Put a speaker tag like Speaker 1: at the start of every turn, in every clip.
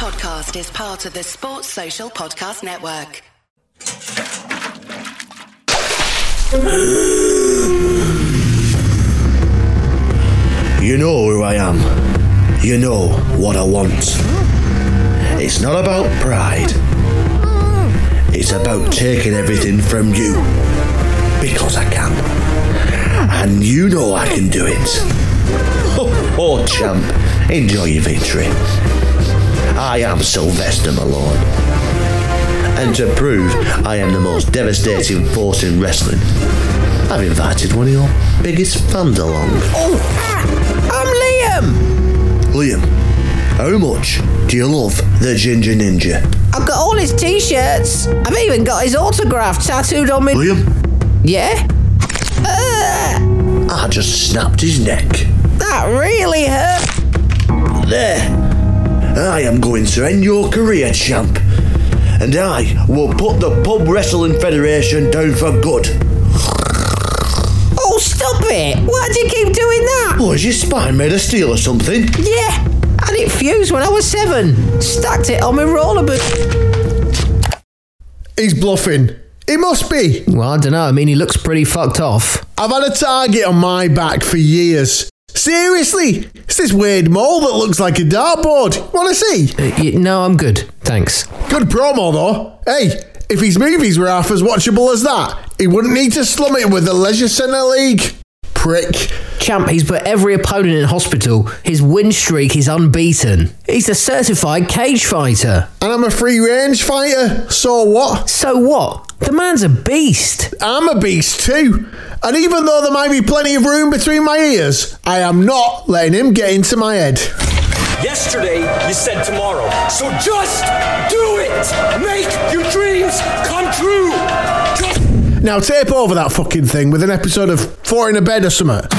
Speaker 1: podcast is part of the Sports Social Podcast Network.
Speaker 2: You know who I am. You know what I want. It's not about pride. It's about taking everything from you. Because I can. And you know I can do it. Oh, oh champ. Enjoy your victory. I am Sylvester Malone. And to prove I am the most devastating force in wrestling, I've invited one of your biggest fans along.
Speaker 3: I'm Liam.
Speaker 2: Liam, how much do you love the Ginger Ninja?
Speaker 3: I've got all his t-shirts. I've even got his autograph tattooed on me.
Speaker 2: Liam?
Speaker 3: Yeah? Uh,
Speaker 2: Ah, I just snapped his neck.
Speaker 3: that really hurt.
Speaker 2: There. I am going to end your career, champ. And I will put the Pub Wrestling Federation down for good.
Speaker 3: Oh, stop it. Why do you keep doing that?
Speaker 2: Oh, is your spine made of steel or something?
Speaker 3: Yeah. Had it fused when I was seven. Stacked it on my roller boot.
Speaker 4: He's bluffing. He must be.
Speaker 5: Well, I don't know. I mean, he looks pretty fucked off.
Speaker 4: I've had a target on my back for years. Seriously, it's this weird mole that looks like a dartboard. Wanna see?
Speaker 5: Uh, y- no, I'm good. Thanks.
Speaker 4: Good promo though. Hey, if his movies were half as watchable as that, he wouldn't need to slum it with the Leisure Centre League. Prick.
Speaker 5: Champ, he's put every opponent in hospital. His win streak is unbeaten. He's a certified cage fighter.
Speaker 4: And I'm a free range fighter, so what?
Speaker 5: So what? The man's a beast.
Speaker 4: I'm a beast too. And even though there might be plenty of room between my ears, I am not letting him get into my head.
Speaker 6: Yesterday, you said tomorrow. So just do it! Make your dreams come true! Just-
Speaker 4: Now tape over that fucking thing with an episode of Four in a Bed or something.
Speaker 7: We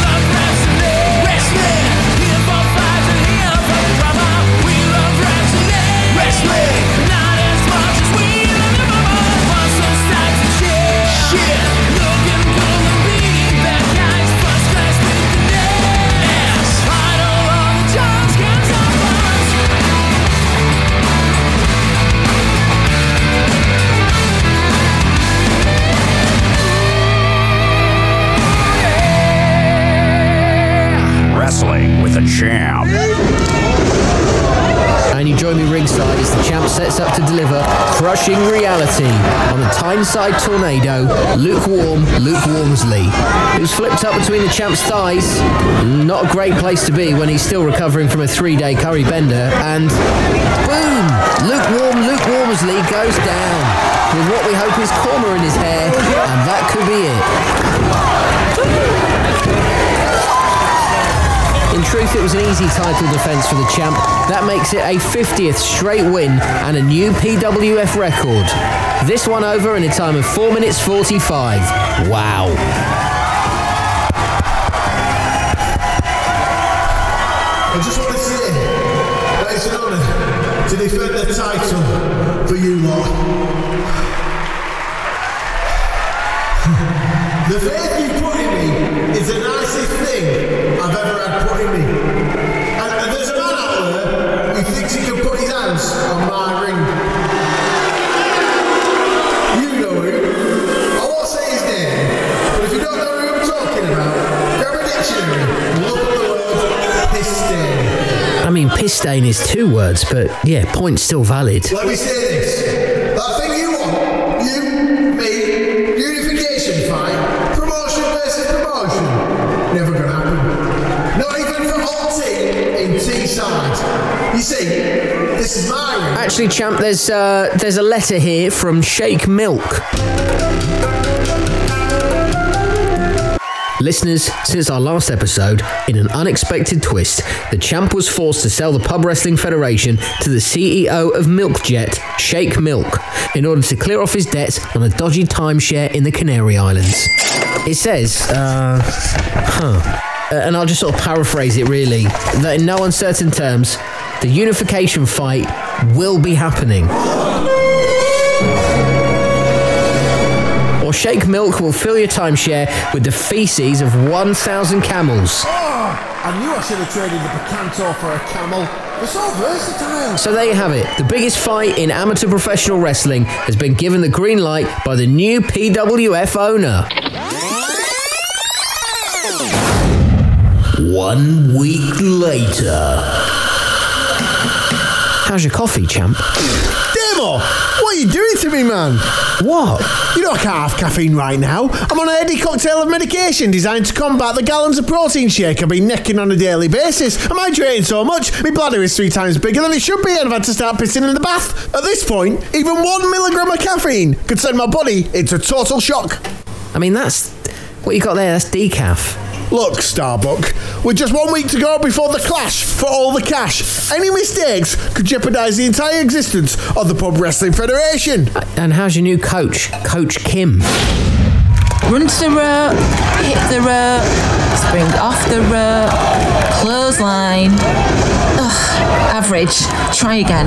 Speaker 7: love wrestling, wrestling. Live for fights and live for drama. We love wrestling, wrestling. Not as much as we love your mama. Want some stacks and shit, shit. Logan Paul and beating bad guys, first class with the names. Final on the Johns comes up us.
Speaker 8: Wrestling with a champ.
Speaker 5: And you join me ringside as the champ sets up to deliver crushing reality on the Tyneside tornado, lukewarm Luke Wormsley, who's flipped up between the champ's thighs. Not a great place to be when he's still recovering from a three day curry bender. And boom! Lukewarm Luke Wormsley goes down with what we hope is corner in his hair, and that could be it. In truth, it was an easy title defence for the champ. That makes it a 50th straight win and a new PWF record. This one over in a time of 4 minutes 45. Wow.
Speaker 4: I just want to say that it's an honour to defend the title for you lot. the faith you put in me is the nicest thing I've ever had put in me. And, and there's a man out there who thinks he can put his hands on my ring. You know who. I won't say his name, but if you don't know who I'm talking about, grab a dictionary and look up the word piss stain.
Speaker 5: I mean, piss stain is two words, but yeah, point's still valid.
Speaker 4: Let me say this. That thing you want, you, me, unification fight, promotion versus promotion, never gonna happen. Not even for T in T-side. You see, this is my ring.
Speaker 5: Actually, champ, there's uh, there's a letter here from Shake Milk. Listeners, since our last episode, in an unexpected twist, the champ was forced to sell the Pub Wrestling Federation to the CEO of Milkjet, Shake Milk, in order to clear off his debts on a dodgy timeshare in the Canary Islands. It says, uh, uh, and I'll just sort of paraphrase it really, that in no uncertain terms, the unification fight will be happening. Or Shake Milk will fill your timeshare with the feces of 1,000 camels.
Speaker 4: I knew I should have traded the Picanto for a camel. They're so versatile.
Speaker 5: So there you have it. The biggest fight in amateur professional wrestling has been given the green light by the new PWF owner.
Speaker 2: One week later.
Speaker 5: How's your coffee, champ?
Speaker 4: Demo! What are you doing to me, man?
Speaker 5: What?
Speaker 4: You know I can't have caffeine right now. I'm on a heady cocktail of medication designed to combat the gallons of protein shake I've been necking on a daily basis. I'm hydrating so much, my bladder is three times bigger than it should be, and I've had to start pissing in the bath. At this point, even one milligram of caffeine could send my body into total shock.
Speaker 5: I mean, that's what you got there. That's decaf.
Speaker 4: Look, Starbuck, we're just one week to go before the clash for all the cash. Any mistakes could jeopardise the entire existence of the Pub Wrestling Federation.
Speaker 5: And how's your new coach, Coach Kim?
Speaker 8: Grunt the rope, hit the rope, spring off the rope, clothesline. Ugh, average. Try again.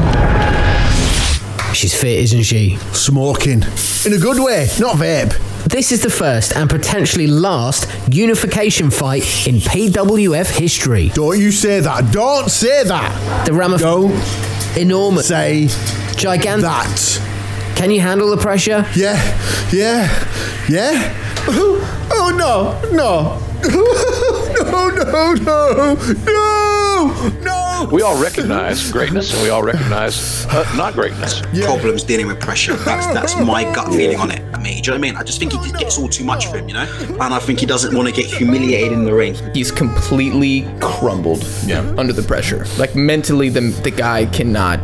Speaker 5: She's fit, isn't she?
Speaker 4: Smoking. In a good way, not vape.
Speaker 5: This is the first and potentially last unification fight in PWF history.
Speaker 4: Don't you say that. Don't say that.
Speaker 5: The ramifications
Speaker 4: Don't
Speaker 5: enormous,
Speaker 4: say
Speaker 5: gigantic.
Speaker 4: that.
Speaker 5: Can you handle the pressure?
Speaker 4: Yeah, yeah, yeah. Oh no, no. no, no, no, no, no.
Speaker 9: We all recognize greatness, and we all recognize uh, not greatness.
Speaker 10: problems dealing with pressure. That's that's my gut feeling on it. I mean, do you know what I mean? I just think he just gets all too much for him, you know. And I think he doesn't want to get humiliated in the ring.
Speaker 11: He's completely crumbled under the pressure. Like mentally, the, the guy cannot.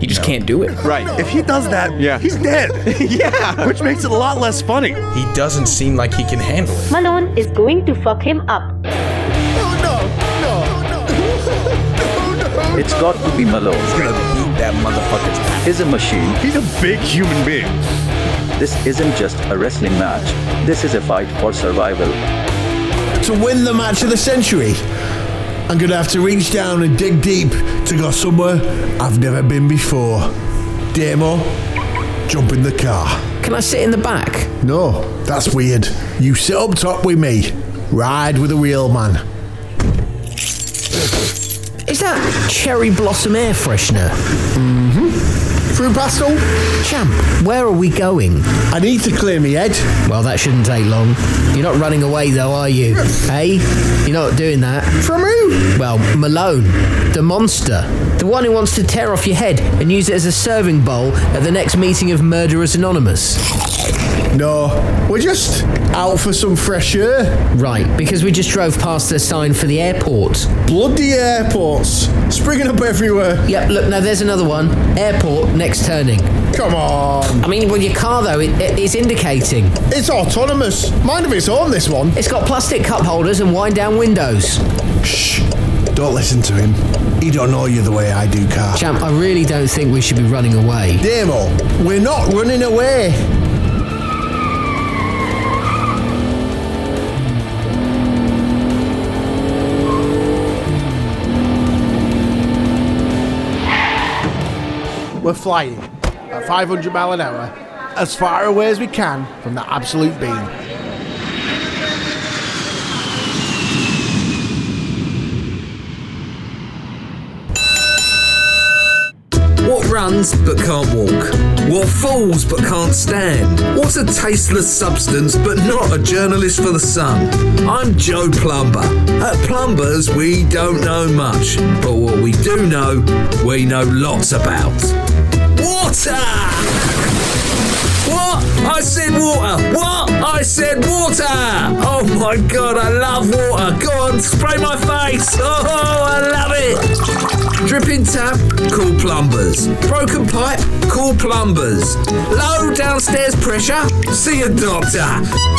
Speaker 11: He just can't do it.
Speaker 12: Right. If he does that, yeah. he's dead. yeah. Which makes it a lot less funny. He doesn't seem like he can handle it.
Speaker 7: Manon is going to fuck him up.
Speaker 4: Oh no, no, no, no, no.
Speaker 10: It's got to be Malone. He's gonna beat that motherfucker. He's a machine.
Speaker 12: He's a big human being.
Speaker 10: This isn't just a wrestling match. This is a fight for survival.
Speaker 4: To win the match of the century, I'm gonna have to reach down and dig deep to go somewhere I've never been before. Demo, jump in the car.
Speaker 5: Can I sit in the back?
Speaker 4: No, that's weird. You sit up top with me. Ride with a real man.
Speaker 5: Is that cherry blossom air freshener?
Speaker 4: Through Mm-hmm. pastel,
Speaker 5: Champ, where are we going?
Speaker 4: I need to clear my head.
Speaker 5: Well, that shouldn't take long. You're not running away, though, are you? Hey? You're not doing that.
Speaker 4: From who?
Speaker 5: Well, Malone, the monster. The one who wants to tear off your head and use it as a serving bowl at the next meeting of Murderers Anonymous.
Speaker 4: No, we're just out for some fresh air.
Speaker 5: Right, because we just drove past their sign for the airport.
Speaker 4: Bloody airports, springing up everywhere.
Speaker 5: Yep, look, now there's another one. Airport, next turning.
Speaker 4: Come on,
Speaker 5: I mean, well, your car, though, it, it- it's indicating.
Speaker 4: it's autonomous. Mind of its own, this one.
Speaker 5: It's got plastic cup holders and wind down windows.
Speaker 4: Shh, don't listen to him. He don't know you the way I do, car.
Speaker 5: Champ, I really don't think we should be running away.
Speaker 4: Demo, we're not running away. We're flying at 500 mile an hour, as far away as we can from that absolute beam.
Speaker 13: What runs but can't walk? What falls but can't stand? What's a tasteless substance but not a journalist for the sun? I'm Joe Plumber. At Plumbers, we don't know much, but what we do know, we know lots about. Water! What? I said water! What? I said water! Oh my god, I love water! Go on, spray my face! Oh, I love it! Dripping tap, call plumbers. Broken pipe, call plumbers. Low downstairs pressure, see a doctor.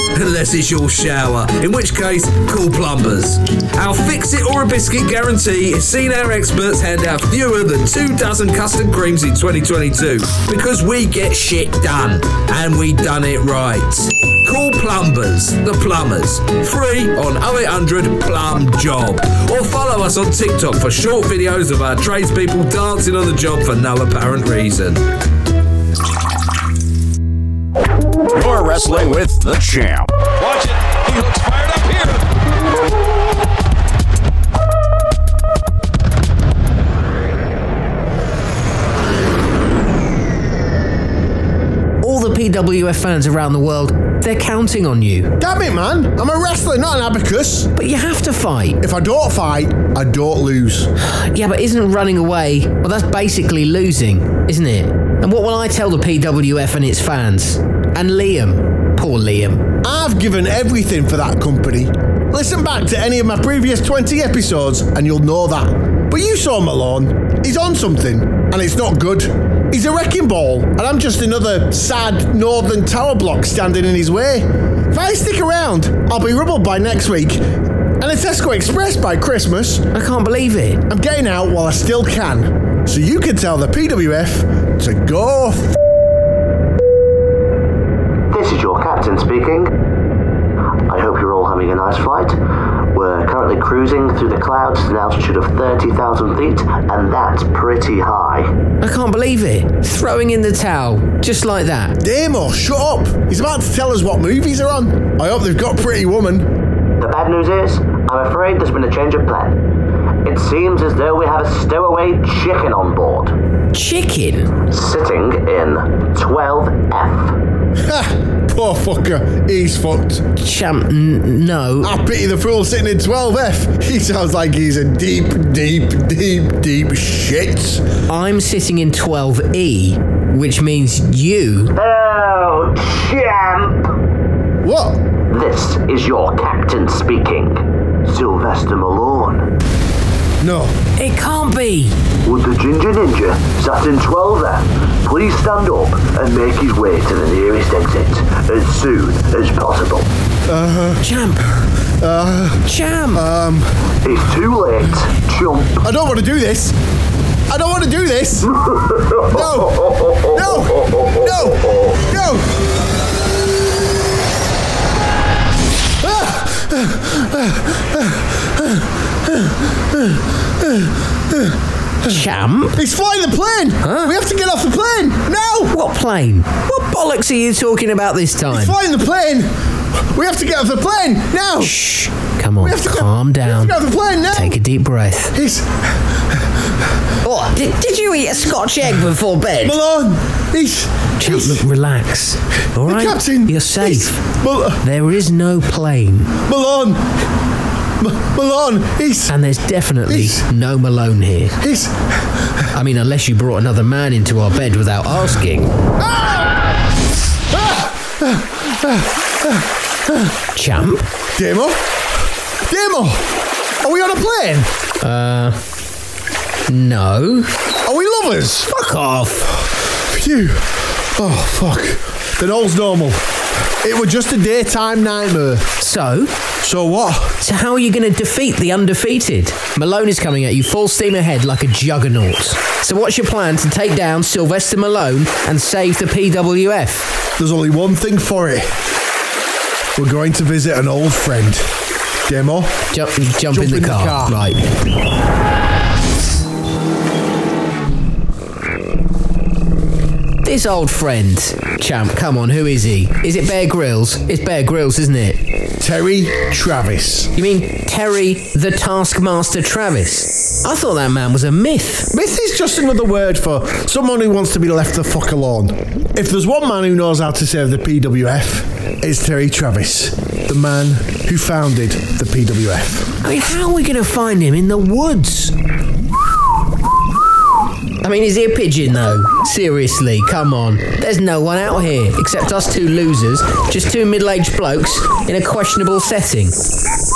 Speaker 13: Unless it's your shower, in which case, call plumbers. Our fix it or a biscuit guarantee is seen our experts hand out fewer than two dozen custard creams in 2022 because we get shit done and we done it right. Call Plumbers, the Plumbers. Free on 0800 Plum Job. Or follow us on TikTok for short videos of our tradespeople dancing on the job for no apparent reason.
Speaker 12: More wrestling with the champ.
Speaker 6: Watch it. He looks fired up here.
Speaker 5: WWF fans around the world, they're counting on you.
Speaker 4: Damn it, man. I'm a wrestler, not an abacus.
Speaker 5: But you have to fight.
Speaker 4: If I don't fight, I don't lose.
Speaker 5: Yeah, but isn't running away, well, that's basically losing, isn't it? And what will I tell the PWF and its fans? And Liam. Poor Liam.
Speaker 4: I've given everything for that company. Listen back to any of my previous 20 episodes and you'll know that. But you saw Malone. He's on something and it's not good. He's a wrecking ball and I'm just another sad northern tower block standing in his way. If I stick around, I'll be rubbled by next week and a Tesco Express by Christmas.
Speaker 5: I can't believe it.
Speaker 4: I'm getting out while I still can. So you can tell the PWF to go f-
Speaker 14: This is your captain speaking. I hope you're all having a nice flight. We're currently cruising through the clouds at an altitude of 30,000 feet, and that's pretty high.
Speaker 5: I can't believe it. Throwing in the towel, just like that.
Speaker 4: Damo, shut up. He's about to tell us what movies are on. I hope they've got Pretty Woman.
Speaker 14: The bad news is, I'm afraid there's been a change of plan. It seems as though we have a stowaway chicken on board.
Speaker 5: Chicken?
Speaker 14: Sitting in 12F.
Speaker 4: Poor fucker, he's fucked.
Speaker 5: Champ, n- no.
Speaker 4: I pity the fool sitting in 12F. He sounds like he's in deep, deep, deep, deep shit.
Speaker 5: I'm sitting in 12E, which means you.
Speaker 14: Oh, champ!
Speaker 4: What?
Speaker 14: This is your captain speaking, Sylvester Malone.
Speaker 4: No.
Speaker 5: It can't be.
Speaker 14: Would the Ginger Ninja sat in 12F please stand up and make his way to the nearest exit as soon as possible?
Speaker 4: Uh,
Speaker 5: Champ.
Speaker 4: Uh,
Speaker 5: Champ.
Speaker 4: Um.
Speaker 14: It's too late. Chump.
Speaker 4: I don't want to do this. I don't want to do this. No. No. No. No.
Speaker 5: Champ?
Speaker 4: He's flying the plane! We have to get off the plane! Now!
Speaker 5: What plane? What bollocks are you talking about this time?
Speaker 4: He's flying the plane! We have to get off the plane! Now!
Speaker 5: Shh! Come on,
Speaker 4: We have to get-
Speaker 5: calm down.
Speaker 4: We have to get off the plane now!
Speaker 5: Take a deep breath.
Speaker 4: He's.
Speaker 3: Oh, did, did you eat a Scotch egg before bed?
Speaker 4: Malone! He's.
Speaker 5: Champ, look, relax. All right?
Speaker 4: Captain,
Speaker 5: You're safe.
Speaker 4: Mal-
Speaker 5: There is no plane.
Speaker 4: Malone! M- Malone! He's.
Speaker 5: And there's definitely no Malone here.
Speaker 4: He's.
Speaker 5: I mean, unless you brought another man into our bed without asking. Champ?
Speaker 4: Demo? Demo! Are we on a plane?
Speaker 5: Uh. No.
Speaker 4: Are we lovers?
Speaker 5: Fuck off.
Speaker 4: Phew. Oh, fuck. Then all's normal. It was just a daytime nightmare.
Speaker 5: So,
Speaker 4: So what?
Speaker 5: so how are you going to defeat the undefeated? Malone is coming at you full steam ahead like a juggernaut. So, what's your plan to take down Sylvester Malone and save the PWF?
Speaker 4: There's only one thing for it. We're going to visit an old friend. Demo?
Speaker 5: Jump, jump, in, the, car. Right. This old friend, champ. Come on, who is he? Is it Bear Grylls? It's Bear Grylls, isn't it?
Speaker 4: Terry Travis.
Speaker 5: You mean Terry the Taskmaster Travis? I thought that man was a myth.
Speaker 4: This is just another word for someone who wants to be left the fuck alone. If there's one man who knows how to save the PWF, it's Terry Travis, the man who founded the PWF.
Speaker 5: I mean, how are we going to find him in the woods? I mean, is he a pigeon though? Seriously, come on. There's no one out here except us two losers, just two middle aged blokes in a questionable setting.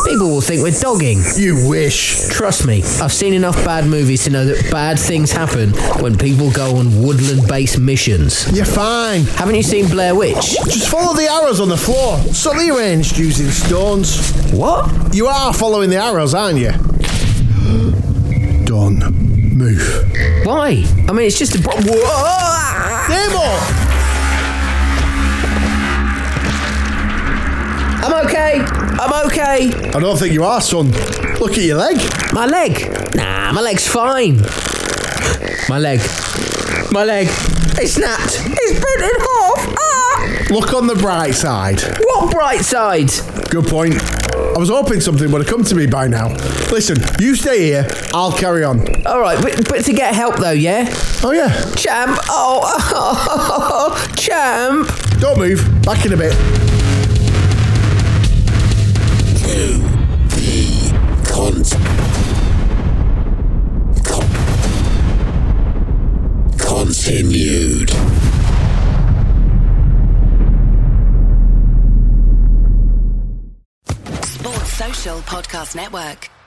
Speaker 5: People will think we're dogging.
Speaker 4: You wish.
Speaker 5: Trust me, I've seen enough bad movies to know that bad things happen when people go on woodland based missions.
Speaker 4: You're fine.
Speaker 5: Haven't you seen Blair Witch?
Speaker 4: Just follow the arrows on the floor. Something arranged using stones.
Speaker 5: What?
Speaker 4: You are following the arrows, aren't you? Don, move.
Speaker 5: Why? I mean, it's just a. Whoa!
Speaker 4: Demo!
Speaker 5: I'm okay! I'm okay!
Speaker 4: I don't think you are, son. Look at your leg.
Speaker 5: My leg. Nah, my leg's fine. My leg. My leg. It snapped. It's bent in half. Ah!
Speaker 4: Look on the bright side.
Speaker 5: What bright side?
Speaker 4: Good point. I was hoping something would have come to me by now. Listen, you stay here. I'll carry on.
Speaker 5: All right, but, but to get help though, yeah?
Speaker 4: Oh, yeah.
Speaker 5: Champ. Oh, champ.
Speaker 4: Don't move. Back in a bit.
Speaker 13: Cons. Continued.
Speaker 1: Sports Social Podcast Network.